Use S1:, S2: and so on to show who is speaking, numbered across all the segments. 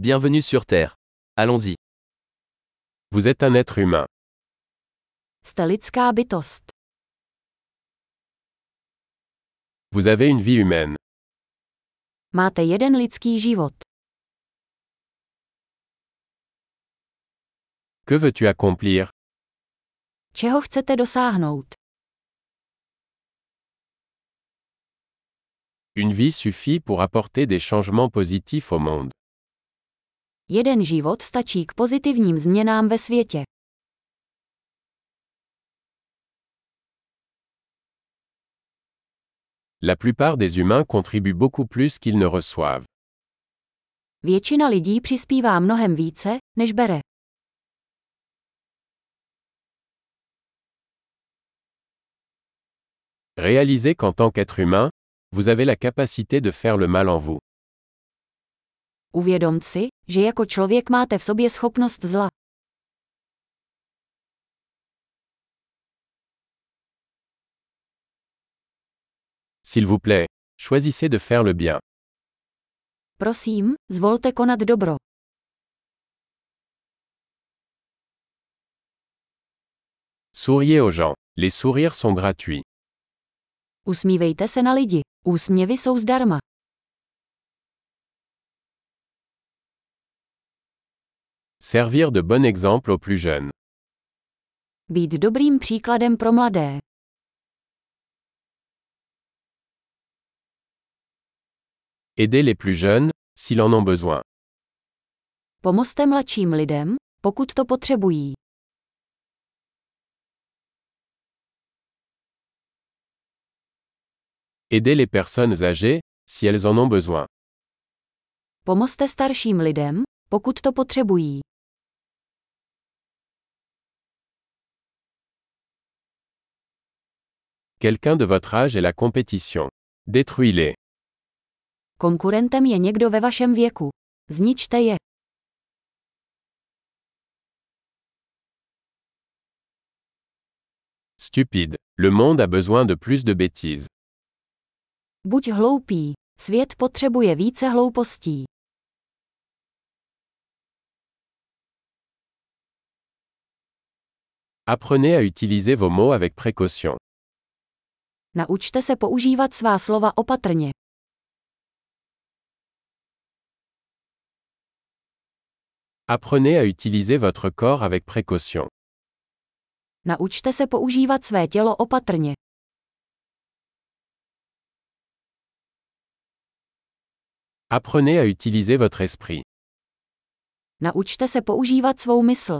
S1: Bienvenue sur Terre. Allons-y.
S2: Vous êtes un être humain.
S3: Jste lidská bytost.
S2: Vous avez une vie humaine.
S3: Máte jeden lidský život.
S2: Que veux-tu accomplir
S3: Čeho chcete dosáhnout?
S2: Une vie suffit pour apporter des changements positifs au monde.
S3: Jeden život stačí k pozitivním změnám ve světě.
S2: La plupart des humains contribuent beaucoup plus qu'ils ne reçoivent.
S3: Většina lidí přispívá mnohem více, než bere.
S2: Réalisez qu'en tant qu'être humain, vous avez la capacité de faire le mal en vous.
S3: Uvědom si, že jako člověk máte v sobě schopnost zla.
S2: S'il vous plaît, choisissez de faire le bien.
S3: Prosím, zvolte konat dobro.
S2: Souriez aux gens. Les sourires sont gratuits.
S3: Usmívejte se na lidi. Úsměvy jsou zdarma.
S2: Servir de bon exemple aux plus jeunes.
S3: Být dobrým příkladem pro mladé.
S2: Aider les plus jeunes, s'ils en ont besoin.
S3: Pomozte mladším lidem, pokud to potřebují.
S2: Aider les personnes âgées, si elles en ont besoin.
S3: Pomozte starším lidem, pokud to potřebují.
S2: Quelqu'un de votre âge est la compétition. Détruis-les.
S3: Konkurentem je někdo ve vašem věku. Zničte je.
S2: Stupide. Le monde a besoin de plus de bêtises.
S3: Buď hloupý. Svět potřebuje více hloupostí.
S2: Apprenez à utiliser vos mots avec précaution.
S3: Naučte se používat svá slova opatrně.
S2: Apprenez à utiliser votre corps avec précaution.
S3: Naučte se používat své tělo opatrně.
S2: Apprenez à utiliser votre esprit.
S3: Naučte se používat svou mysl.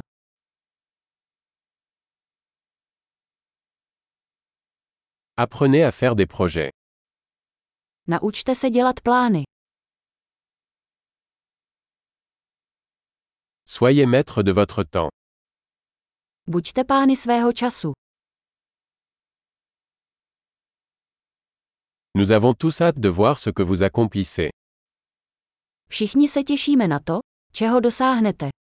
S2: Apprenez à faire des projets.
S3: Naučte se dělat plány.
S2: Soyez maître de votre temps.
S3: Buďte pány svého času.
S2: Nous avons tous hâte de voir ce que vous accomplissez.
S3: Všichni se těšíme na to, čeho dosáhnete.